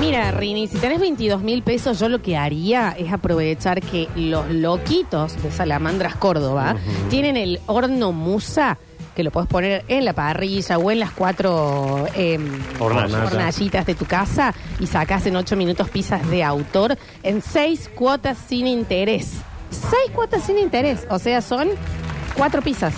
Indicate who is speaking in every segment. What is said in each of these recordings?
Speaker 1: Mira, Rini, si tenés 22 mil pesos, yo lo que haría es aprovechar que los loquitos de Salamandras Córdoba tienen el horno musa, que lo puedes poner en la parrilla o en las cuatro em,
Speaker 2: Hornalla.
Speaker 1: hornallitas de tu casa y sacás en 8 minutos pizzas de autor en seis cuotas sin interés. Seis cuotas sin interés, o sea, son cuatro pizzas.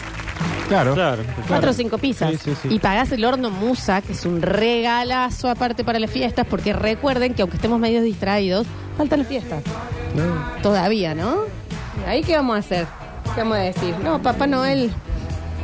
Speaker 3: Claro.
Speaker 2: Claro.
Speaker 1: Cuatro o cinco pizzas.
Speaker 3: Sí, sí, sí.
Speaker 1: Y pagás el horno Musa, que es un regalazo aparte para las fiestas, porque recuerden que aunque estemos medio distraídos, faltan las fiestas. Todavía, ¿no? Ahí qué vamos a hacer. ¿Qué vamos a decir? No, Papá Noel.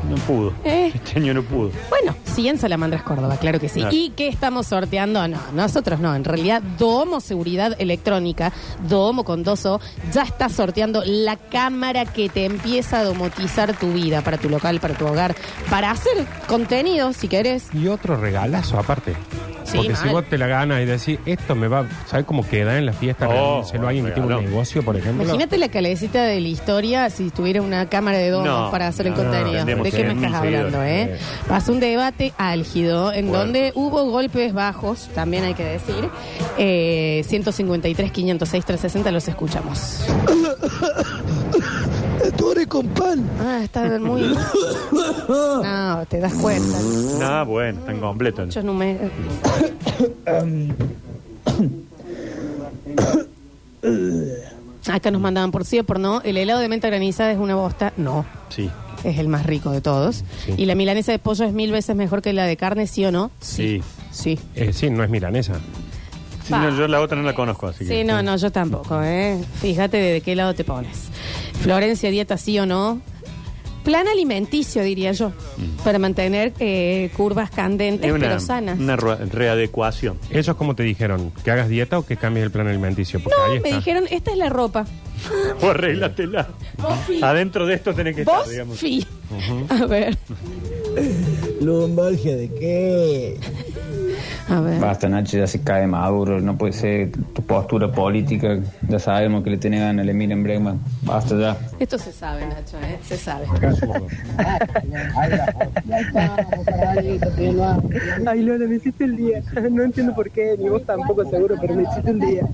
Speaker 2: No pudo.
Speaker 1: ¿Eh?
Speaker 2: Este año no pudo.
Speaker 1: Bueno, sí, en Salamandras Córdoba, claro que sí.
Speaker 2: Claro.
Speaker 1: ¿Y qué estamos sorteando? No, nosotros no. En realidad, Domo Seguridad Electrónica, Domo con dos O, ya está sorteando la cámara que te empieza a domotizar tu vida para tu local, para tu hogar, para hacer contenido, si querés.
Speaker 3: Y otro regalazo aparte.
Speaker 1: Sí,
Speaker 3: Porque si
Speaker 1: mal.
Speaker 3: vos te la ganas y decís, esto me va, ¿sabes cómo queda en la fiesta?
Speaker 2: Oh,
Speaker 3: se lo alguien que tiene un
Speaker 2: regaló.
Speaker 3: negocio, por ejemplo.
Speaker 1: Imagínate la calecita de la historia si tuviera una cámara de domos
Speaker 2: No,
Speaker 1: para hacer el
Speaker 2: no, no,
Speaker 1: contenido.
Speaker 2: vendemos
Speaker 1: ¿De qué me
Speaker 2: 100.000
Speaker 1: estás hablando,
Speaker 2: seguidores.
Speaker 1: eh? Pasó un debate álgido en
Speaker 2: Fuerte.
Speaker 1: donde hubo golpes bajos, también hay que decir. Eh, 153, 506, 360, los escuchamos.
Speaker 4: Torre con pan.
Speaker 1: Ah, está muy. No, te das cuenta.
Speaker 2: Nada, Ah, bueno, tan completo.
Speaker 1: Muchos números. Acá nos mandaban por sí o por no. El helado de menta granizada es una bosta. No.
Speaker 2: Sí.
Speaker 1: es el más rico de todos.
Speaker 3: Sí.
Speaker 1: Y la milanesa de pollo es mil veces mejor que la de carne, ¿sí o no?
Speaker 2: Sí.
Speaker 1: Sí.
Speaker 3: Eh, sí, no es milanesa.
Speaker 2: Sí, no, yo la otra no la conozco, así
Speaker 1: Sí,
Speaker 2: que.
Speaker 1: no, no, yo tampoco, ¿eh? Fíjate de qué lado te pones. Florencia, dieta sí o no. Plan alimenticio, diría yo, para mantener eh, curvas candentes,
Speaker 2: Es una,
Speaker 1: pero sanas.
Speaker 2: una re- readecuación.
Speaker 3: ¿Ellos cómo te dijeron? ¿Que hagas dieta o que cambies el plan alimenticio? Porque
Speaker 1: No,
Speaker 3: ahí
Speaker 1: me
Speaker 3: está.
Speaker 1: dijeron, esta es la ropa.
Speaker 2: Vos arreglatela.
Speaker 1: Vos sí.
Speaker 2: Adentro de esto tenés que
Speaker 1: Vos
Speaker 2: estar, digamos.
Speaker 1: sí. A ver,
Speaker 4: Lombalgia de qué?
Speaker 1: a ver.
Speaker 5: Basta, Nacho, ya se cae Maduro, no puede ser tu postura política, ya sabemos que le tiene ganas a Emilian Bregman, basta ya.
Speaker 1: Esto se sabe, Nacho, ¿eh? Se sabe.
Speaker 4: Ay, Lola, me hiciste el día. No entiendo por qué, ni vos tampoco seguro, pero me hiciste el día.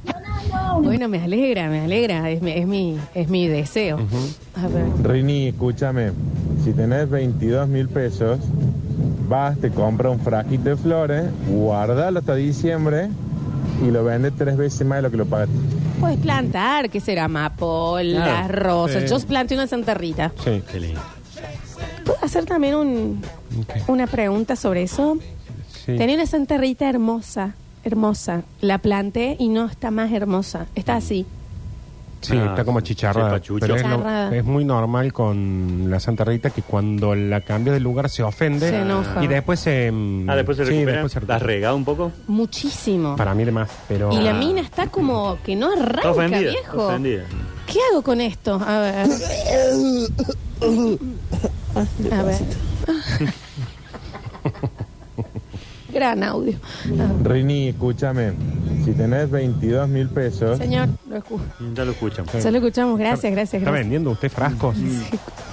Speaker 1: Bueno, me alegra, me alegra. Es mi, es mi, es mi deseo. A ver.
Speaker 6: Rini, escúchame, si tenés 22 mil pesos, vas, te compra un frasquito de flores, guardalo hasta diciembre y lo vendes tres veces más de lo que lo pagaste.
Speaker 1: Puedes plantar, ¿qué será? Amapolas,
Speaker 3: Claro.
Speaker 1: rosas.
Speaker 3: Sí.
Speaker 1: Yo planté una Santa Rita.
Speaker 3: Sí.
Speaker 2: Qué lindo.
Speaker 1: ¿Puedo hacer también un-
Speaker 3: Ok.
Speaker 1: una pregunta sobre eso?
Speaker 3: Sí.
Speaker 1: Tenía una Santa Rita hermosa, hermosa. La planté y no está más hermosa. Está así.
Speaker 3: Sí,
Speaker 2: Ah,
Speaker 3: está como
Speaker 2: sí,
Speaker 3: chicharrada.
Speaker 2: pachucho.
Speaker 3: pero es, no-
Speaker 1: Chicharrada.
Speaker 3: es muy normal con la Santa Rita que cuando la cambias de lugar se ofende.
Speaker 1: Se enoja.
Speaker 3: Y después se. mm,
Speaker 2: Ah, después se
Speaker 3: sí,
Speaker 2: recupera.
Speaker 3: después se
Speaker 2: ¿La has
Speaker 3: recupera.
Speaker 2: regado un poco?
Speaker 1: Muchísimo.
Speaker 3: Para mí de más, pero.
Speaker 1: Y la mina está como que no
Speaker 2: Está
Speaker 1: arranca,
Speaker 2: ofendida. está
Speaker 1: viejo.
Speaker 2: ofendida.
Speaker 1: ¿Qué hago con esto? A ver. A ver. Gran audio.
Speaker 6: Rini, escúchame, si tenés 22 mil pesos,
Speaker 1: Señor, lo escucho.
Speaker 2: Mm, Ya lo escuchamos.
Speaker 1: Ya lo escuchamos, gracias, gracias,
Speaker 3: ¿Está
Speaker 1: gracias.
Speaker 3: vendiendo usted frascos?
Speaker 2: Mm.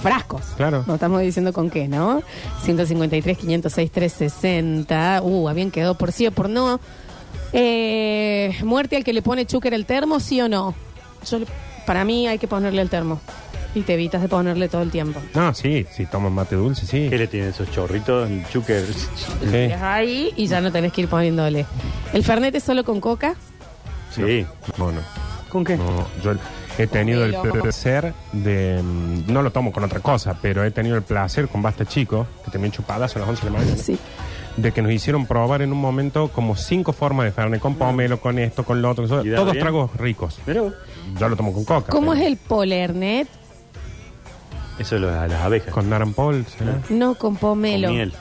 Speaker 1: Frascos.
Speaker 3: Claro.
Speaker 1: No estamos diciendo con qué, ¿no? 153, 506, 360. Uh, bien quedó por sí o por no. Eh, muerte al que le pone chúquer el termo, sí o no. Yo le- para mí hay que ponerle el termo. Y te evitas de ponerle todo el tiempo.
Speaker 3: No, sí, sí, toman mate dulce, sí.
Speaker 2: ¿Qué le tiene esos chorritos? El chúquer.
Speaker 3: Sí.
Speaker 1: Es ahí y ya no tenés que ir poniéndole. El fernet es solo con coca.
Speaker 2: Sí.
Speaker 3: Bueno,
Speaker 2: ¿Con qué?
Speaker 3: no, yo he tenido el
Speaker 1: Pomelo.
Speaker 3: placer de. mm, No lo tomo con otra cosa, pero he tenido el placer con Basta Chico, que también chupadas a las 11 de la mañana.
Speaker 1: Sí.
Speaker 3: de que nos hicieron probar en un momento como cinco formas de Fernet, con pomelo, con esto, con lo otro, con eso.
Speaker 2: ¿Y da
Speaker 3: todos
Speaker 2: bien?
Speaker 3: tragos ricos.
Speaker 2: Mirá vos.
Speaker 3: Yo lo tomo con coca.
Speaker 1: ¿Cómo es
Speaker 3: pero
Speaker 1: el polernet?
Speaker 2: Eso es lo de las abejas.
Speaker 3: Con narampol, ¿será?
Speaker 1: No con
Speaker 2: Con
Speaker 1: pomelo.
Speaker 2: miel.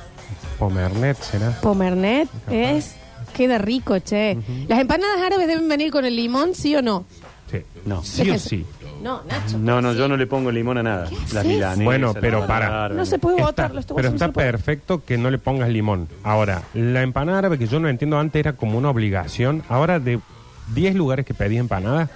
Speaker 3: Pomernet, ¿será?
Speaker 1: Pomernet es. Queda rico, che. ¿Las empanadas árabes deben venir con el limón, sí o no?
Speaker 3: Sí.
Speaker 2: No.
Speaker 3: Sí o sí.
Speaker 1: No, Nacho.
Speaker 2: No, no, yo no le pongo limón a nada. Las
Speaker 1: haces?
Speaker 2: milanesas.
Speaker 3: Bueno,
Speaker 2: las
Speaker 3: pero para.
Speaker 2: barbas.
Speaker 1: No se puede
Speaker 3: Está-
Speaker 1: votarlo. esto
Speaker 3: pero
Speaker 1: no este se
Speaker 3: está
Speaker 1: puede.
Speaker 3: perfecto que no le pongas limón. Ahora, la empanada árabe que yo no entiendo antes era como una obligación. Ahora, de 10 lugares que pedí empanada,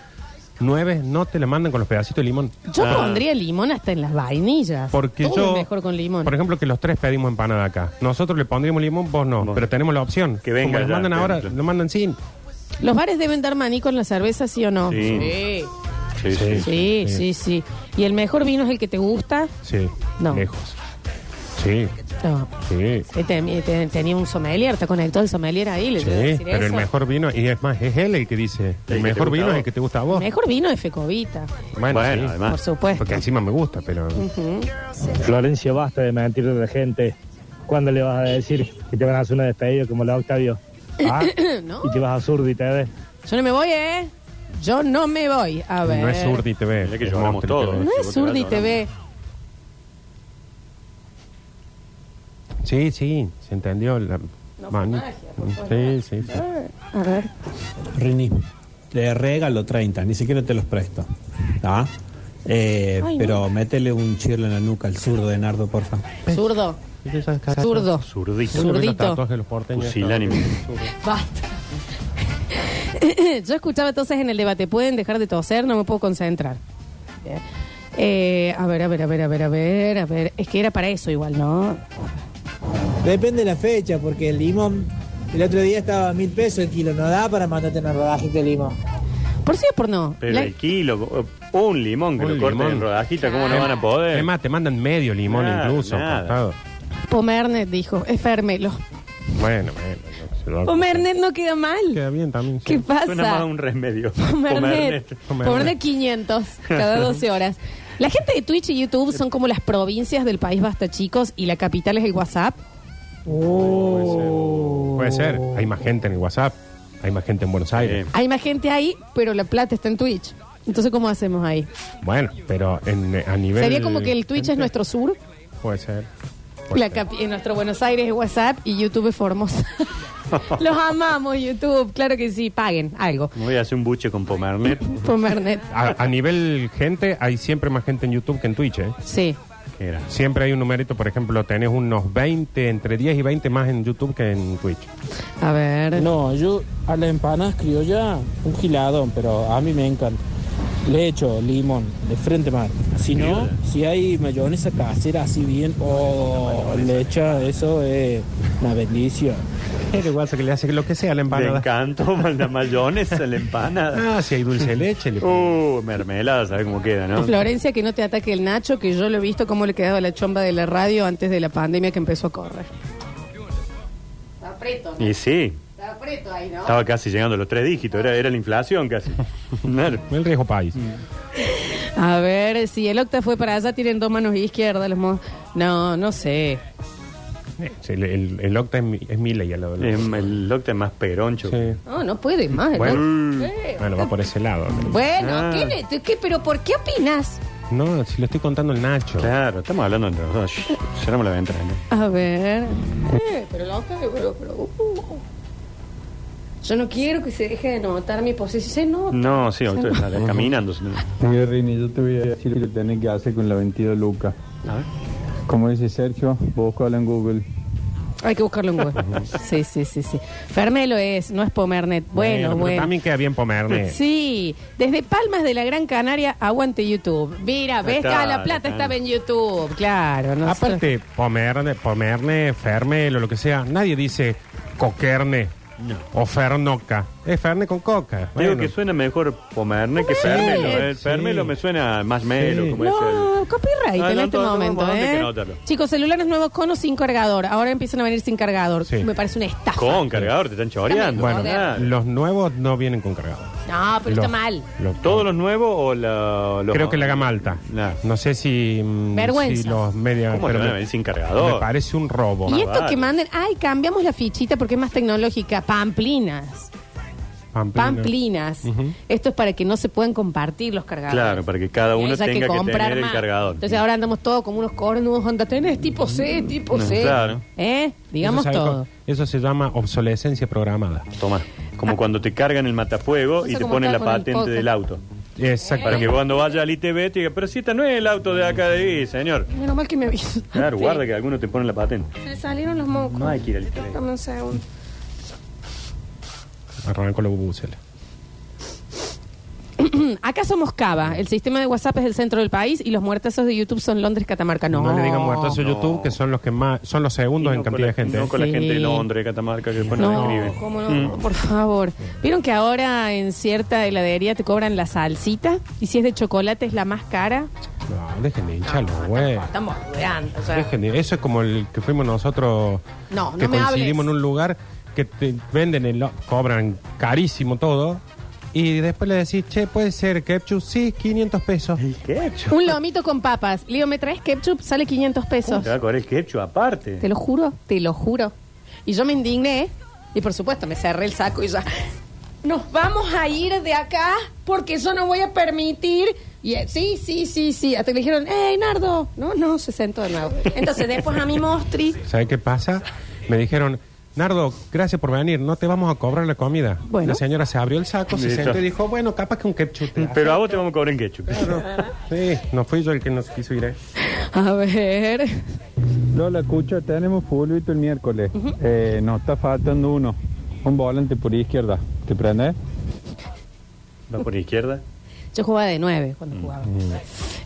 Speaker 3: 9 no te la mandan con los pedacitos de limón.
Speaker 1: Yo
Speaker 2: Ah.
Speaker 1: pondría limón hasta en las vainillas.
Speaker 3: Porque
Speaker 1: Todo
Speaker 3: yo.
Speaker 1: es mejor con limón.
Speaker 3: Por ejemplo, que los tres pedimos empanada acá. Nosotros le pondríamos limón, vos no.
Speaker 2: Vos.
Speaker 3: Pero tenemos la opción.
Speaker 2: Que venga
Speaker 3: Como les
Speaker 2: ya,
Speaker 3: mandan
Speaker 2: por
Speaker 3: ahora,
Speaker 2: ejemplo.
Speaker 3: lo mandan sin.
Speaker 1: Los bares deben dar maní con la cerveza, ¿sí o no?
Speaker 2: Sí. Sí, sí.
Speaker 1: Sí,
Speaker 3: Sí.
Speaker 1: sí, sí. ¿Y el mejor vino es el que te gusta?
Speaker 3: Sí.
Speaker 1: No.
Speaker 3: Lejos. Sí,
Speaker 1: No.
Speaker 3: sí.
Speaker 1: Eh, te- te- tenía un sommelier, te conectó el sommelier ahí, le
Speaker 3: Sí,
Speaker 1: tengo que decir
Speaker 3: pero el
Speaker 1: eso.
Speaker 3: mejor vino, y es más, es él el que dice,
Speaker 2: que te
Speaker 3: el,
Speaker 2: gusta
Speaker 3: mejor
Speaker 2: a
Speaker 3: vino es
Speaker 2: vos.
Speaker 3: el que te gusta a
Speaker 1: El
Speaker 3: vos.
Speaker 1: mejor vino es Fecovita,
Speaker 3: Bueno,
Speaker 2: Bueno,
Speaker 3: sí,
Speaker 2: además.
Speaker 1: por supuesto.
Speaker 3: porque encima me gusta, pero...
Speaker 1: Ujú.
Speaker 7: Florencia, basta de mentirle a la gente. ¿Cuándo le vas a decir que te van a hacer una despedida como la de Octavio? Ah,
Speaker 1: No.
Speaker 7: y te vas a Zurdi, te ves.
Speaker 1: Yo no me voy, ¿eh? Yo no me voy. A ver.
Speaker 3: No es Urdi TV.
Speaker 2: Mirá que
Speaker 3: es
Speaker 2: lloramos
Speaker 3: Monster
Speaker 2: todos.
Speaker 3: TV.
Speaker 1: No
Speaker 2: Si
Speaker 1: es
Speaker 2: vos te vas,
Speaker 1: Urdi
Speaker 2: lloramos.
Speaker 1: TV.
Speaker 3: Sí, sí, se entendió. La...
Speaker 1: No fue
Speaker 3: Manu.
Speaker 1: magia, por
Speaker 3: sí, sí, sí.
Speaker 1: A ver.
Speaker 8: Rini, te regalo 30, ni siquiera te los presto. ¿Ah? Eh,
Speaker 1: Ay, no.
Speaker 8: pero métele un chirlo en la nuca al zurdo de Nardo, porfa.
Speaker 1: Zurdo. Zurdo.
Speaker 2: Zurdito.
Speaker 1: Zurdito.
Speaker 3: Los tatuajes de los porteños.
Speaker 2: Pusilánime.
Speaker 1: Basta. Yo escuchaba entonces en el debate, ¿pueden dejar de toser? No me puedo concentrar. Bien. Eh, a ver, a ver, a ver, a ver, a ver, a ver. Es que era para eso igual, ¿no?
Speaker 9: Depende de la fecha, porque el limón, el otro día estaba a mil pesos el kilo, no da para mandarte una rodajita de limón.
Speaker 1: ¿Por sí o por no?
Speaker 2: Pero
Speaker 1: La-
Speaker 2: el kilo, un limón que
Speaker 3: Un
Speaker 2: lo corten en
Speaker 3: limón.
Speaker 2: rodajita, ¿cómo no van a poder?
Speaker 3: Es más, te mandan medio limón
Speaker 2: Nada,
Speaker 3: incluso.
Speaker 2: nada.
Speaker 3: cortado.
Speaker 1: Pomernet dijo, es fermelo.
Speaker 3: Bueno, bueno. no se lo-
Speaker 1: Pomernet no queda mal.
Speaker 3: Queda bien también. sí.
Speaker 1: ¿Qué
Speaker 2: Suena más a
Speaker 1: pasa?
Speaker 2: un remedio.
Speaker 1: Pomernet.
Speaker 3: Pomernet.
Speaker 1: Pomernet 500 cada 12 horas. La gente de Twitch y YouTube son como las provincias del país basta, chicos, y la capital es el WhatsApp.
Speaker 3: Puede ser. Hay más gente en el WhatsApp. Hay más gente en Buenos Aires.
Speaker 1: Hay más gente ahí, pero la plata está en Twitch. Entonces, ¿cómo hacemos ahí?
Speaker 3: Bueno, pero en, eh, a nivel.
Speaker 1: Sería como que el Twitch es nuestro sur,
Speaker 3: Puede ser. Puede
Speaker 1: la
Speaker 3: ser.
Speaker 1: capi- en nuestro Buenos Aires es WhatsApp y YouTube es Formosa. Los amamos, YouTube. Claro que sí, paguen algo.
Speaker 2: Voy a hacer un buche con Pomernet.
Speaker 1: Pomernet.
Speaker 3: A, a nivel gente, hay siempre más gente en YouTube que en Twitch, ¿eh?
Speaker 1: Sí.
Speaker 2: Qué gran-
Speaker 3: Siempre hay un numerito, por ejemplo, tenés unos 20, entre 10 y 20 más en YouTube que en Twitch.
Speaker 1: A ver.
Speaker 9: No, yo a las empanadas criolla, un giladón, pero a mí me encanta. Le echo limón, de frente mar. Si no, si hay mayonesa casera así bien, o le echa eso es una bendición.
Speaker 3: Pero igual que le hace lo que sea a la
Speaker 2: Le
Speaker 3: empanada.
Speaker 2: encanto, manda mayonesa, la empanada.
Speaker 3: Ah, si hay dulce de leche, le pongo.
Speaker 2: Uh, mermelada, ¿sabes cómo queda, no?
Speaker 1: Florencia, que no te ataque el Nacho, que yo lo he visto cómo le quedaba la chomba de la radio antes de la pandemia que empezó a correr. Está preto,
Speaker 2: Y sí,
Speaker 1: Está preto ahí, ¿no?
Speaker 2: estaba casi llegando a los tres dígitos, era, era la inflación casi. Claro.
Speaker 3: El riesgo país.
Speaker 2: Mm.
Speaker 1: A ver, si el octa fue para allá, tienen dos manos izquierdas. Los mo- no, no sé.
Speaker 3: Eh, sí, El, el, el octa es, mi- es mi ley al lado
Speaker 2: Es
Speaker 3: del-
Speaker 2: el octa es más peroncho.
Speaker 3: Sí.
Speaker 1: No, no puede más. el Octa.
Speaker 3: Bueno, bueno, va por ese lado.
Speaker 1: Bueno,
Speaker 2: Ah.
Speaker 1: ¿qué le- te- qué- pero ¿por qué opinas?
Speaker 3: No, si lo estoy contando el Nacho.
Speaker 2: Claro, estamos hablando entre los dos. Shh, Cerramos la ventana.
Speaker 1: A ver. Eh, pero el octa, pero, pero, uh. Yo no quiero que se deje de notar mi posición. Se nota.
Speaker 2: No, sí,
Speaker 1: Se
Speaker 2: ahorita
Speaker 1: nota.
Speaker 2: sale caminando.
Speaker 5: Mira, Rini, yo te voy a decir lo que tenés que hacer con la 22 lucas.
Speaker 2: A ver.
Speaker 5: Como dice Sergio, búscalo en Google.
Speaker 1: Hay que buscarlo en Google. sí, sí, sí, sí. Fermelo es, no es Pomernet. Bueno,
Speaker 3: pero
Speaker 1: bueno.
Speaker 3: También queda bien pomerne.
Speaker 1: Sí, desde Palmas de la Gran Canaria, aguante YouTube. Mira, ves que ah,
Speaker 2: Está,
Speaker 1: la plata
Speaker 2: está.
Speaker 1: estaba en YouTube, claro. No sé.
Speaker 3: Aparte, pomerne, pomerne, ferme, lo, lo que sea, nadie dice coquerne o fernoca. Es ferne con coca.
Speaker 2: Digo
Speaker 3: Bueno,
Speaker 2: que suena mejor Pomernet que Fermelo. ¿eh? El
Speaker 3: Sí.
Speaker 2: Fermelo me suena más melo,
Speaker 3: Sí.
Speaker 2: como es el...
Speaker 1: No, copyright
Speaker 2: No,
Speaker 1: en
Speaker 2: no,
Speaker 1: este
Speaker 2: todo, todo,
Speaker 1: momento,
Speaker 2: todo, hay que
Speaker 1: ¿eh?
Speaker 2: anotarlo.
Speaker 1: Chicos, celulares nuevos con o sin cargador. Ahora empiezan a venir sin cargador.
Speaker 3: Sí.
Speaker 1: Me parece una estafa.
Speaker 2: Con cargador, te están choreando.
Speaker 3: bueno,
Speaker 2: Ah,
Speaker 3: los nuevos no vienen con cargado.
Speaker 1: No, pero está
Speaker 3: Los-
Speaker 1: mal.
Speaker 3: los-
Speaker 2: ¿Todos los nuevos o la- los.?
Speaker 3: Creo que la gama alta.
Speaker 2: Nah.
Speaker 3: No sé si. mm,
Speaker 1: Vergüenza.
Speaker 3: si los media.
Speaker 2: ¿Cómo le
Speaker 3: pero
Speaker 2: van a
Speaker 3: me-
Speaker 2: venir sin cargador?
Speaker 3: Me parece un robo.
Speaker 1: Y esto
Speaker 2: vale.
Speaker 1: que manden, ay, cambiamos la fichita porque es más tecnológica. Pamplinas.
Speaker 3: Pamplina.
Speaker 1: Pamplinas.
Speaker 3: Ujú.
Speaker 1: Esto es para que no se puedan compartir los cargadores.
Speaker 2: Claro, para que cada uno
Speaker 1: Haya
Speaker 2: tenga que,
Speaker 1: comprar
Speaker 2: tener
Speaker 1: más.
Speaker 2: el cargador.
Speaker 1: Entonces ahora andamos todos como unos cornudos. Onda, tenés tipo C, tipo
Speaker 2: No,
Speaker 1: C.
Speaker 2: claro.
Speaker 1: ¿Eh? Digamos
Speaker 3: Eso sabe
Speaker 1: todo.
Speaker 3: co- Eso se llama obsolescencia programada.
Speaker 2: Toma. Como cuando te cargan el matafuego
Speaker 1: Eso
Speaker 2: y te
Speaker 1: como
Speaker 2: ponen
Speaker 1: está
Speaker 2: la
Speaker 1: con el Eh.
Speaker 2: patente
Speaker 1: podcast.
Speaker 2: del auto. Para que
Speaker 3: Exactamente.
Speaker 2: cuando vaya al ITV te diga, pero si esta no es el auto de acá de ahí, señor.
Speaker 1: Menos mal que me avisan.
Speaker 2: Claro,
Speaker 1: Sí.
Speaker 2: guarda que alguno te pone la patente.
Speaker 1: Se le salieron los mocos.
Speaker 2: No hay que ir al ITV.
Speaker 1: Dame un segundo.
Speaker 3: Arranco la bubucela.
Speaker 1: Acá somos Cava. El sistema de WhatsApp es el centro del país y los muertazos de YouTube son Londres, Catamarca. No,
Speaker 3: No, le digan muertos a YouTube, que son los que más, son los segundos
Speaker 2: Y
Speaker 3: en
Speaker 2: no con
Speaker 3: cantidad
Speaker 2: la-
Speaker 3: de gente.
Speaker 2: No con la
Speaker 1: Sí.
Speaker 2: gente de Londres, Catamarca, que después nos
Speaker 1: No,
Speaker 2: escriben.
Speaker 1: cómo no,
Speaker 2: Mm.
Speaker 1: por favor. ¿Vieron que ahora en cierta heladería te cobran la salsita? Y si es de chocolate es la más cara.
Speaker 3: No, dejen de hinchar los huevos.
Speaker 1: Estamos rodeando, o sea,
Speaker 3: Dejen de- Eso es como el que fuimos nosotros,
Speaker 1: No, no
Speaker 3: que
Speaker 1: me
Speaker 3: coincidimos
Speaker 1: hables.
Speaker 3: en un lugar que te venden, el, cobran carísimo todo. Y después le decís, che, puede ser ketchup, sí, 500 pesos.
Speaker 2: El ketchup.
Speaker 1: Un lomito con papas. Leo, ¿me traes ketchup? Sale 500 pesos.
Speaker 2: Te va a cobrar el ketchup aparte.
Speaker 1: Te lo juro, te lo juro. Y yo me indigné y por supuesto me cerré el saco y ya. Nos vamos a ir de acá porque yo no voy a permitir. Y eh, sí, sí, sí, sí. Hasta que le dijeron, ¡Ey, Nardo! No, no, se sentó de nuevo. Entonces después a mi mostri.
Speaker 3: ¿Sabe qué pasa? Me dijeron, Nardo, gracias por venir, no te vamos a cobrar la comida.
Speaker 1: Bueno.
Speaker 3: La señora se abrió el saco, se
Speaker 2: Listo.
Speaker 3: sentó y dijo, bueno, capaz que un ketchup. te hace".
Speaker 2: Pero a vos te vamos a cobrar en ketchup.
Speaker 3: Sí, no fui yo el que nos quiso ir. ¿eh?
Speaker 1: A ver.
Speaker 5: Lola, escucha, tenemos fulbito el miércoles. Eh, nos está faltando uno. Un volante por izquierda. ¿Te prendes?
Speaker 2: Va por izquierda.
Speaker 1: Yo jugaba de nueve cuando jugaba.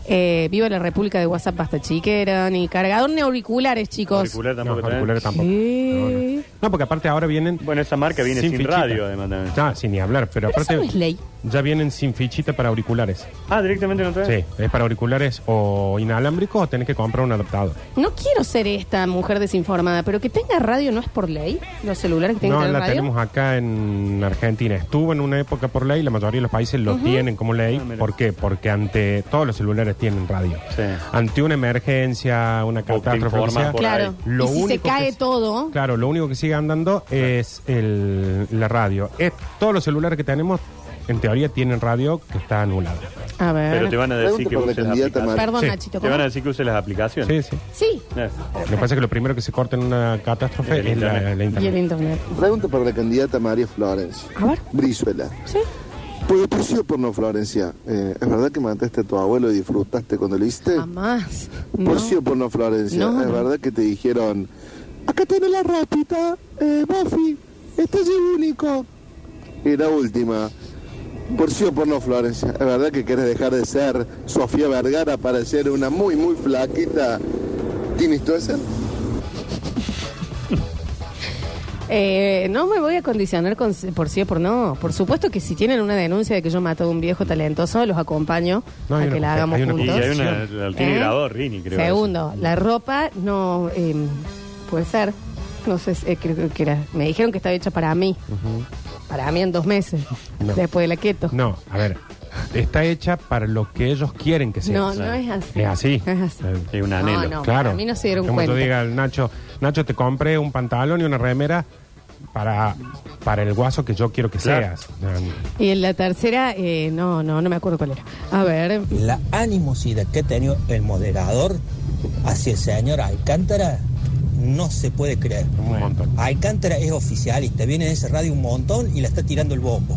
Speaker 1: Eh, viva la República de WhatsApp, basta chiquera, ni cargador ni auriculares, chicos.
Speaker 2: Auricular
Speaker 3: No,
Speaker 2: tampoco traen.
Speaker 3: auriculares tampoco.
Speaker 1: Sí.
Speaker 3: No, porque aparte ahora vienen...
Speaker 2: Bueno, esa marca viene sin,
Speaker 3: fichita.
Speaker 2: radio, además también.
Speaker 3: Ah, sin ni hablar,
Speaker 1: Pero
Speaker 3: pero, aparte
Speaker 1: eso no es ley.
Speaker 3: ya vienen sin fichita para auriculares.
Speaker 2: Ah, directamente no trae.
Speaker 3: Sí, es para auriculares o inalámbricos o tenés que comprar un adaptador.
Speaker 1: No quiero ser esta mujer desinformada, pero que tenga radio no es por ley. Los celulares que tienen
Speaker 3: No,
Speaker 1: que tener
Speaker 3: la
Speaker 1: radio.
Speaker 3: tenemos acá en Argentina. Estuvo en una época por ley, la mayoría de los países lo tienen como ley.
Speaker 2: Ah, mira.
Speaker 3: ¿Por qué? Porque ante todos los celulares tienen radio.
Speaker 2: Sí.
Speaker 3: Ante una emergencia, una
Speaker 2: te
Speaker 3: catástrofe, lo que
Speaker 2: informan
Speaker 3: sea,
Speaker 2: por
Speaker 1: Claro.
Speaker 3: ahí. Lo
Speaker 1: y si se
Speaker 3: único que
Speaker 1: cae
Speaker 3: es-
Speaker 1: todo,
Speaker 3: Claro, lo único que sigue andando es el- la radio. Es, todos los celulares que tenemos, en teoría, tienen radio que está anulada.
Speaker 1: a
Speaker 2: Pero te
Speaker 1: ver.
Speaker 2: van a decir que
Speaker 10: Pregunta por la
Speaker 2: uses las
Speaker 10: candidata,
Speaker 2: aplicaciones.
Speaker 1: Perdón,
Speaker 3: Sí.
Speaker 1: Nachito.
Speaker 2: Te
Speaker 1: ¿cómo?
Speaker 2: van a decir que uses las
Speaker 3: Sí,
Speaker 2: aplicaciones.
Speaker 3: sí.
Speaker 1: Sí.
Speaker 2: Eh,
Speaker 3: Lo que pasa es que lo primero que se corta en una catástrofe
Speaker 2: El
Speaker 3: es la,
Speaker 2: internet.
Speaker 3: la
Speaker 1: Y el
Speaker 3: internet.
Speaker 1: internet.
Speaker 10: Pregunta para la candidata María Florencia.
Speaker 1: A ver.
Speaker 10: Brizuela.
Speaker 1: Sí.
Speaker 10: ¿Por, por sí o por no, Florencia? Eh, ¿Es verdad que mataste a tu abuelo y disfrutaste cuando lo hiciste?
Speaker 1: Jamás.
Speaker 10: Por
Speaker 1: No.
Speaker 10: sí o por no, Florencia.
Speaker 1: No,
Speaker 10: ¿Es
Speaker 1: no.
Speaker 10: verdad que te dijeron, acá tenés la rapita, eh, Buffy, este es el único? Y la última, por sí o por no, Florencia. ¿Es verdad que querés dejar de ser Sofía Vergara para ser una muy, muy flaquita Tini Stoessel?
Speaker 1: Eh, no me voy a condicionar con, por sí o por no. Por supuesto que si tienen una denuncia de que yo mato a un viejo talentoso, los acompaño
Speaker 3: No,
Speaker 1: a
Speaker 3: hay
Speaker 1: que
Speaker 3: una
Speaker 1: la hagamos
Speaker 3: mujer- hay una
Speaker 2: Y
Speaker 1: juntos.
Speaker 2: hay una. la Tiene
Speaker 1: ¿Eh?
Speaker 2: grabado Rini, creo.
Speaker 1: Segundo, la ropa no eh, puede ser. No sé, si- eh, creo, creo que era. Me dijeron que estaba hecha para mí. Para mí en dos meses.
Speaker 3: No.
Speaker 1: Después de la keto.
Speaker 3: No, a ver. Está hecha para lo que ellos quieren que sea.
Speaker 1: no, no es así.
Speaker 3: Es así.
Speaker 1: No es así.
Speaker 3: Eh,
Speaker 2: Es un anhelo.
Speaker 1: No, no,
Speaker 3: claro.
Speaker 1: A mí no se dieron
Speaker 3: Como
Speaker 1: cuenta.
Speaker 3: tú digas, Nacho, Nacho, te compré un pantalón y una remera para, para el guaso que yo quiero que
Speaker 2: Claro.
Speaker 3: seas. No, no.
Speaker 1: Y en la tercera, eh, no, no, no me acuerdo cuál era. A ver,
Speaker 9: La animosidad que ha tenido el moderador hacia el señor Alcántara no se puede creer.
Speaker 3: Un montón.
Speaker 9: Alcántara es oficialista, viene de esa radio un montón y la está tirando el bombo.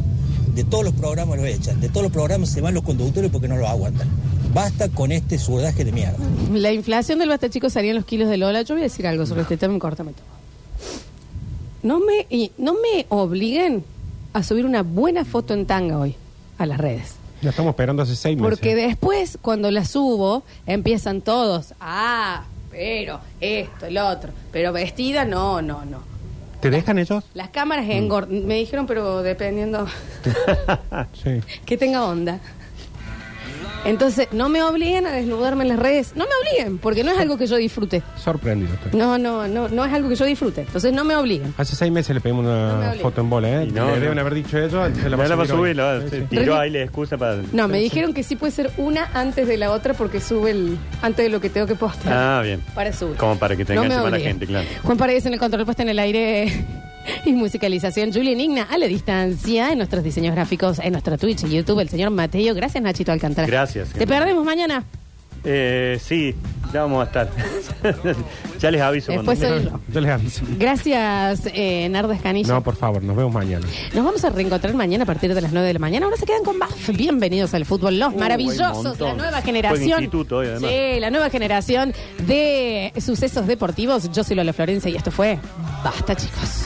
Speaker 9: De todos los programas lo echan, de todos los programas se van los conductores porque no lo aguantan. Basta con este surdaje de mierda.
Speaker 1: la inflación del basta chico serían los kilos de Lola. Yo voy a decir algo sobre este tema, y córtame todo. No me, y no me obliguen a subir una buena foto en tanga hoy a las redes.
Speaker 3: La estamos esperando hace seis meses.
Speaker 1: Porque después, cuando la subo, empiezan todos, ah, pero esto, el otro, pero vestida, no, no, no.
Speaker 3: ¿Te dejan ellos?
Speaker 1: Las cámaras engordan, me dijeron, pero dependiendo
Speaker 2: Ah.
Speaker 3: Sí.
Speaker 1: que tenga onda. Entonces, no me obliguen a desnudarme en las redes, no me obliguen, porque no es algo que yo disfrute.
Speaker 3: Sorprendido estoy.
Speaker 1: No, no, no, no es algo que yo disfrute. Entonces, no me obliguen.
Speaker 3: Hace seis meses le pedimos
Speaker 1: No me
Speaker 3: una
Speaker 1: hables.
Speaker 3: foto en bola, ¿eh?
Speaker 2: Y no,
Speaker 3: le
Speaker 2: no.
Speaker 3: deben haber dicho ellos. Se
Speaker 2: La
Speaker 3: la va
Speaker 2: la va a
Speaker 3: hoy.
Speaker 2: subir, la va a
Speaker 3: Sí, sí.
Speaker 2: Tiró ahí la excusa para.
Speaker 1: No, me dijeron que sí puede ser una antes de la otra porque sube el antes de lo que tengo que postear.
Speaker 2: Ah, bien.
Speaker 1: Para subir.
Speaker 2: Como para que te
Speaker 1: No me
Speaker 2: enganche más la
Speaker 1: obliguen.
Speaker 2: gente, claro.
Speaker 1: Juan Paredes en el control puesto en el aire y musicalización. Julia Igna a la distancia en nuestros diseños gráficos, en nuestro Twitch y YouTube. El señor Mateo. Gracias, Nachito Alcántara.
Speaker 2: Gracias,
Speaker 1: Te
Speaker 2: gente.
Speaker 1: perdemos mañana.
Speaker 2: Eh, sí, ya vamos a estar. ya les aviso
Speaker 1: Después
Speaker 2: cuando.
Speaker 1: soy yo.
Speaker 3: Yo les aviso.
Speaker 1: Gracias, eh, Nardo Escanilla.
Speaker 3: No, por favor, nos vemos mañana.
Speaker 1: Nos vamos a reencontrar mañana a partir de las 9 de la mañana. Ahora se quedan con Buff. Bienvenidos al fútbol. Los
Speaker 2: Uh, hay un
Speaker 1: maravillosos,
Speaker 2: montón.
Speaker 1: la nueva
Speaker 2: Juega
Speaker 1: generación.
Speaker 2: instituto hoy, además.
Speaker 1: sí, la nueva generación de sucesos deportivos. Yo soy Lola Florencia y esto fue Basta, chicos.